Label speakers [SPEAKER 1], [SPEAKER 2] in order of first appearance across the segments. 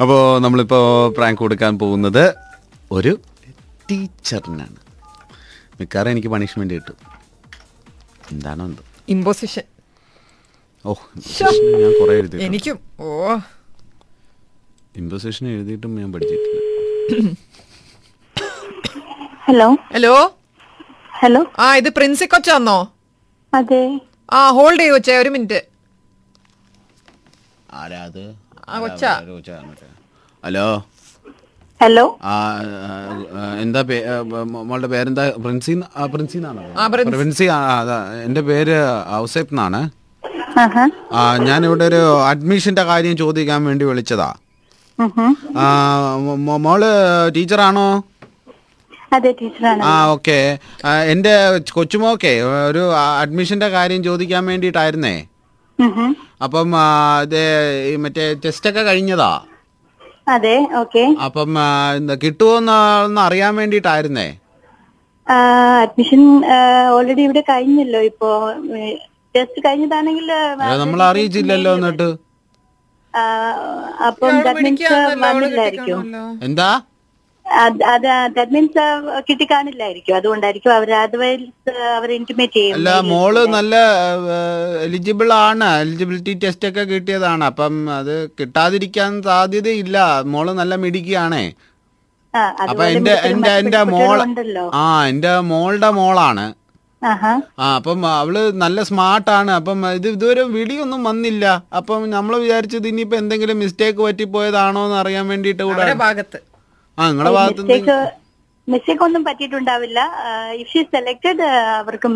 [SPEAKER 1] അപ്പോൾ നമ്മളിപ്പോ പ്രാങ്ക് കൊടുക്കാൻ പോകുന്നത് ഒരു ടീച്ചറിനാണ് മിക്കവാറും എനിക്ക് പണിഷ്മെന്റ് കിട്ടും എന്താണോ എന്തോ
[SPEAKER 2] ഇമ്പോസിഷൻ
[SPEAKER 1] ഓ imposition ഞാൻ കുറെ എഴുതി
[SPEAKER 2] എനിക്കും ഓ
[SPEAKER 1] ഇമ്പോസിഷൻ എഴുതിയിട്ടും ഞാൻ പഠിച്ചിട്ടില്ല
[SPEAKER 3] ഹലോ
[SPEAKER 2] ഹലോ
[SPEAKER 3] ഹലോ
[SPEAKER 2] ആ ഇത് പ്രിൻസി കൊച്ചാന്നോ
[SPEAKER 3] അതെ
[SPEAKER 2] ആ ഹോൾഡ് ചെയ്ത് വെച്ചേ ഒരു മിനിറ്റ്
[SPEAKER 1] ആരാ അത്
[SPEAKER 2] ആ, കൊച്ച.
[SPEAKER 1] ഹലോ
[SPEAKER 3] ഹലോ
[SPEAKER 1] ആ, ആ, ആ, എന്താ പേ- ആ, മോ- മോളുടെ പേരെന്താ പ്രിൻസി ആ, പ്രിൻസി എന്നാണോ
[SPEAKER 2] ആ, പ്രിൻസ്.
[SPEAKER 1] പ്രിൻസി ആ, ആ, അതാ എൻ്റെ പേര് ഔസേപ്പ് എന്നാണ്
[SPEAKER 3] ആഹാ
[SPEAKER 1] ആ, ഞാനിവിടെ ഒരു അഡ്മിഷൻ്റെ കാര്യം ചോദിക്കാൻ വേണ്ടി വിളിച്ചതാ
[SPEAKER 3] ഉഹും.
[SPEAKER 1] ആ, മോ- മോ- മോള് ടീച്ചറാണോ
[SPEAKER 3] അതെ ടീച്ചറാണ്
[SPEAKER 1] ആ ഓക്കെ എൻ്റെ കൊച്ചുമോക്കെ ഒരു അഡ്മിഷൻ്റെ കാര്യം ചോദിക്കാൻ വേണ്ടിയിട്ടായിരുന്നേ
[SPEAKER 3] ഉഹും.
[SPEAKER 1] അപ്പം ആ, ഇത് ഈ മറ്റേ ടെസ്റ്റൊക്കെ കഴിഞ്ഞതാ
[SPEAKER 3] അതെ ഓക്കെ
[SPEAKER 1] അപ്പം ആ, എന്താ കിട്ടുമോ എന്ന് അറിയാൻ വേണ്ടിയിട്ടായിരുന്നേ
[SPEAKER 3] അഡ്മിഷൻ ഓൾറെഡി ഇവിടെ കഴിഞ്ഞല്ലോ ഇപ്പോ ടെസ്റ്റ് കഴിഞ്ഞതാണെങ്കിൽ
[SPEAKER 1] അല്ല, നമ്മൾ അറിയിച്ചില്ലല്ലോ എന്നിട്ട്
[SPEAKER 3] ആ, അപ്പം
[SPEAKER 2] ഇയാള്
[SPEAKER 3] that means,
[SPEAKER 2] പഠിക്കുകയാണല്ലോ, അവള്
[SPEAKER 3] വന്നില്ലായിരിക്കും
[SPEAKER 2] കെട്ടിക്കാണല്ലോ.
[SPEAKER 1] എന്താ
[SPEAKER 3] അത് അത് ദാറ്റ് മീൻസ് കിട്ടിക്കാണില്ലായിരിക്കും അതുകൊണ്ടായിരിക്കും അവർ അതർവൈസ് അവർ ഇന്റിമേറ്റ് ചെയ്യും
[SPEAKER 1] അല്ല മോള് നല്ല എലിജിബിൾ ആണ് എലിജിബിലിറ്റി ടെസ്റ്റ് ഒക്കെ കിട്ടിയതാണ് അപ്പം അത് കിട്ടാതിരിക്കാൻ സാധ്യതയില്ല മോള് നല്ല മിടുക്കിയാണേ
[SPEAKER 3] ആ,
[SPEAKER 1] അപ്പൊ
[SPEAKER 3] അതുപോലെ
[SPEAKER 1] എന്റെ
[SPEAKER 3] മിടുക്കനും
[SPEAKER 1] എന്റെ എന്റെ
[SPEAKER 3] മറ്റു
[SPEAKER 1] മോൾ
[SPEAKER 3] കുട്ടികളുണ്ടല്ലോ.
[SPEAKER 1] ആ എന്റെ മോളുടെ മോളാണ്
[SPEAKER 3] ആഹാ
[SPEAKER 1] ആ അപ്പം അവള് നല്ല സ്മാർട്ടാണ് അപ്പം ഇത് ഇതുവരെ വിളിയൊന്നും വന്നില്ല അപ്പം നമ്മൾ വിചാരിച്ചത് ഇനിയിപ്പോ എന്തെങ്കിലും മിസ്റ്റേക്ക് പറ്റിപ്പോയതാണോ എന്ന് അറിയാൻ വേണ്ടിയിട്ട് കൂടെ
[SPEAKER 2] അവരുടെ ഭാഗത്ത്
[SPEAKER 1] ആ നിങ്ങളുടെ ഭാഗത്ത്
[SPEAKER 3] മിസ്റ്റേക്ക് മിസ്റ്റേക്ക് ഒന്നും പറ്റിയിട്ടുണ്ടാവില്ല ഇഫ് ഷീ സെലക്ടഡ് അവർക്ക്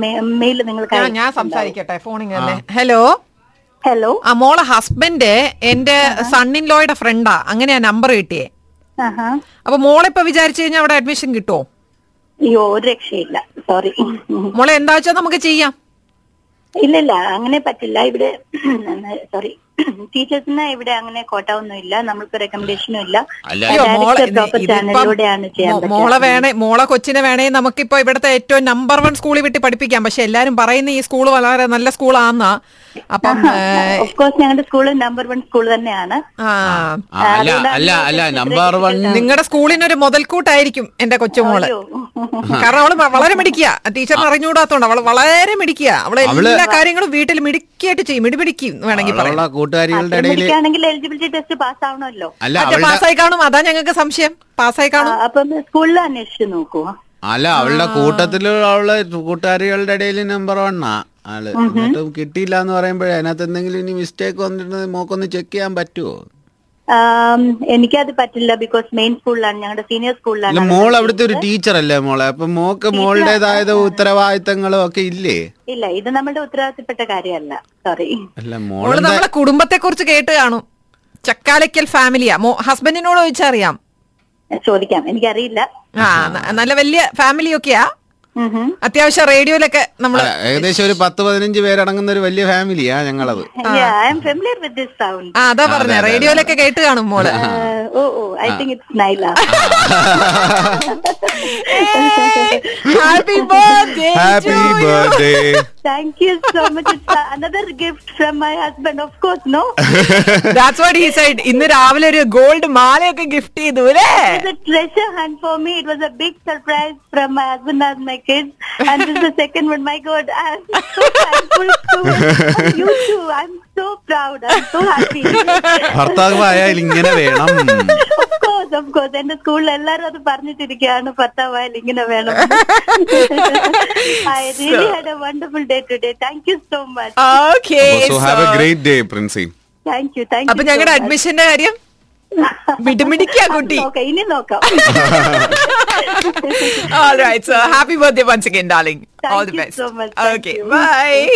[SPEAKER 3] മെയിൽ നിങ്ങൾക്ക്
[SPEAKER 2] ഞാൻ- ഞാൻ സംസാരിക്കട്ടെ ഫോണിങ് തന്നെ ഹലോ
[SPEAKER 3] ഹലോ
[SPEAKER 2] ആ മോളെ ഹസ്ബൻഡ് എന്റെ സണ്ണിൻ ലോയുടെ ഫ്രണ്ടാ അങ്ങനെയാ നമ്പർ കിട്ടിയേ
[SPEAKER 3] ആഹാ
[SPEAKER 2] അപ്പൊ മോളെ ഇപ്പൊ വിചാരിച്ചു കഴിഞ്ഞാൽ അവിടെ അഡ്മിഷൻ കിട്ടുമോ
[SPEAKER 3] അയ്യോ ഒരു രക്ഷയില്ല സോറി
[SPEAKER 2] മോളെ എന്താ വെച്ചാൽ നമുക്ക് ചെയ്യാം
[SPEAKER 3] ഇല്ല ഇല്ല അങ്ങനെ പറ്റില്ല ഇവിടെ സോറി ടീച്ചേഴ്സിന് ഇവിടെ അങ്ങനെ കോട്ട ഒന്നും ഇല്ല നമ്മൾക്ക് റെക്കമെൻഡേഷനും ഇല്ല
[SPEAKER 1] അല്ല,
[SPEAKER 3] ആ,
[SPEAKER 2] അയ്യോ,
[SPEAKER 3] direct
[SPEAKER 2] മോളെ
[SPEAKER 3] proper
[SPEAKER 2] ഇത് ഇതിപ്പം
[SPEAKER 3] ചാനലിലൂടെയാണ് ചെയ്യാൻ
[SPEAKER 2] മോ- മോളെ
[SPEAKER 3] പറ്റുക
[SPEAKER 2] വേണേ മോളെ കൊച്ചിനെ വേണേ നമുക്കിപ്പോ ഇവിടുത്തെ ഏറ്റവും നമ്പർ വൺ സ്കൂളിൽ വിട്ട് പഠിപ്പിക്കാം പക്ഷെ എല്ലാരും പറയുന്ന ഈ സ്കൂൾ വളരെ നല്ല സ്കൂളാന്നാ അപ്പം ഏ,
[SPEAKER 3] ഓഫ് കോഴ്സ് ഞങ്ങളുടെ സ്കൂള് നമ്പർ വൺ സ്കൂൾ തന്നെയാണ്
[SPEAKER 2] ആ
[SPEAKER 1] ആ, അല്ല അല്ല അല്ല നമ്പർ വൺ
[SPEAKER 2] നിങ്ങളുടെ സ്കൂളിനൊരു മുതൽക്കൂട്ടായിരിക്കും എന്റെ കൊച്ചുമോള്
[SPEAKER 3] അയ്യോ
[SPEAKER 2] കാരണം അവള് വ- വളരെ മിടിക്കുക ടീച്ചറിന് അറിഞ്ഞുകൂടാത്തോണ്ട് അവള് വളരെ മിടിക്കുക അവള് എല്ലാ കാര്യങ്ങളും വീട്ടിൽ മിടുക്കിയായിട്ട് ചെയ്യും മിടിപിടിക്കും വേണമെങ്കിൽ പറയാം
[SPEAKER 1] അവളുള്ള കൂട്ടുകാരികളുടെ ഇടയിൽ
[SPEAKER 3] ആണെങ്കിൽ എലിജിബിലിറ്റി ടെസ്റ്റ് പാസ് ആവണമല്ലോ
[SPEAKER 1] അല്ല
[SPEAKER 2] അച്ഛൻ
[SPEAKER 1] അവളുടെ
[SPEAKER 2] പാസ്സായി കാണും അതാ ഞങ്ങൾക്ക് സംശയം പാസ്സായി
[SPEAKER 3] ആ,
[SPEAKER 2] കാണും
[SPEAKER 3] അപ്പം സ്കൂളിൽ അന്വേഷിച്ചു നോക്കുവോ
[SPEAKER 1] അല്ല അവളുടെ കൂട്ടത്തിലുള്ള കൂട്ടുകാരികളുടെ ഇടയിൽ നമ്പർ വണ്ണാ ആള് എന്നിട്ടും കിട്ടിയില്ല എന്ന് പറയുമ്പോഴേ അതിനകത്ത് എന്തെങ്കിലും ഇനി മിസ്റ്റേക്ക് വന്നിട്ട് മോക്കൊന്ന് ചെക്ക് ചെയ്യാൻ പറ്റുമോ
[SPEAKER 3] ആം, എനിക്കത് പറ്റില്ല ബിക്കോസ് മെയിൻ സ്കൂളിലാണ് ഞങ്ങളുടെ സീനിയർ
[SPEAKER 1] അല്ല
[SPEAKER 3] സ്കൂളിലാണ്
[SPEAKER 1] മോൾ അവിടുത്തെ ഒരു ടീച്ചർ അല്ലേ മോളെ അപ്പൊ മോക്ക് മോളുടേതായ ഉത്തരവാദിത്തങ്ങളും ഒക്കെ ഇല്ലേ
[SPEAKER 3] ഇല്ല ഇത് നമ്മുടെ ഉത്തരവാദിത്തപ്പെട്ട കാര്യമല്ല സോറി
[SPEAKER 1] അല്ല
[SPEAKER 2] അവള്
[SPEAKER 1] മോളെന്താ
[SPEAKER 2] നമ്മളെ കുടുംബത്തെ കുറിച്ച് കേട്ട് കാണും ചക്കാലയ്ക്കൽ ഫാമിലിയാ മോ ഹസ്ബൻഡിനോട് ചോദിച്ചറിയാം
[SPEAKER 3] ചോദിക്കാം എനിക്കറിയില്ല
[SPEAKER 2] ആ ന- നല്ല വലിയ ഫാമിലിയൊക്കെയാ
[SPEAKER 3] ഉം ഹും.
[SPEAKER 2] അത്യാവശ്യം റേഡിയോയിലൊക്കെ നമ്മള്
[SPEAKER 1] അല്ല, ഏകദേശം ഒരു പത്ത് പതിനഞ്ച് പേരടങ്ങുന്ന ഒരു വലിയ ഫാമിലിയാ ഞങ്ങളത്
[SPEAKER 3] Yeah, I am familiar with this sound.
[SPEAKER 2] ആ അതാ പറഞ്ഞ റേഡിയോയിലൊക്കെ കേട്ട് കാണും മോള്
[SPEAKER 3] Uh, oh, oh, I think it's Naila.
[SPEAKER 2] Happy birthday
[SPEAKER 1] happy birthday
[SPEAKER 3] Thank you so much. It's uh, another gift from my husband, of course, no?
[SPEAKER 2] That's what he said ഇന്ന് രാവിലെ ഒരു gold മാലയൊക്കെ ഗിഫ്റ്റ് ചെയ്തു അല്ലേ
[SPEAKER 3] It was a treasure hunt for me. It was a big surprise from my husband and my kids. And this is the second one. My God, I'm so thankful to you too. I'm so proud. I'm so happy.
[SPEAKER 1] ഭർത്താവായാൽ ഇങ്ങനെ വേണം
[SPEAKER 3] Of course, of course. എന്റെ സ്കൂളിൽ എല്ലാരും അത് പറഞ്ഞിട്ടിരിക്കുകയാണ് ഭർത്താവായാൽ ഇങ്ങനെ വേണം I really had a wonderful day today thank you so much
[SPEAKER 2] okay
[SPEAKER 1] so have a great day Princy
[SPEAKER 3] thank you thank
[SPEAKER 2] അപ്പൊ ഞങ്ങളുടെ അഡ്മിഷന്റെ കാര്യം മിടുമിടിക്കാ കുട്ടി
[SPEAKER 3] നോക്കാം ഇനി നോക്കാം
[SPEAKER 2] alright so happy birthday once again darling all
[SPEAKER 3] Thank
[SPEAKER 2] the
[SPEAKER 3] you
[SPEAKER 2] best
[SPEAKER 3] so much. Thank
[SPEAKER 2] okay
[SPEAKER 3] you.
[SPEAKER 2] By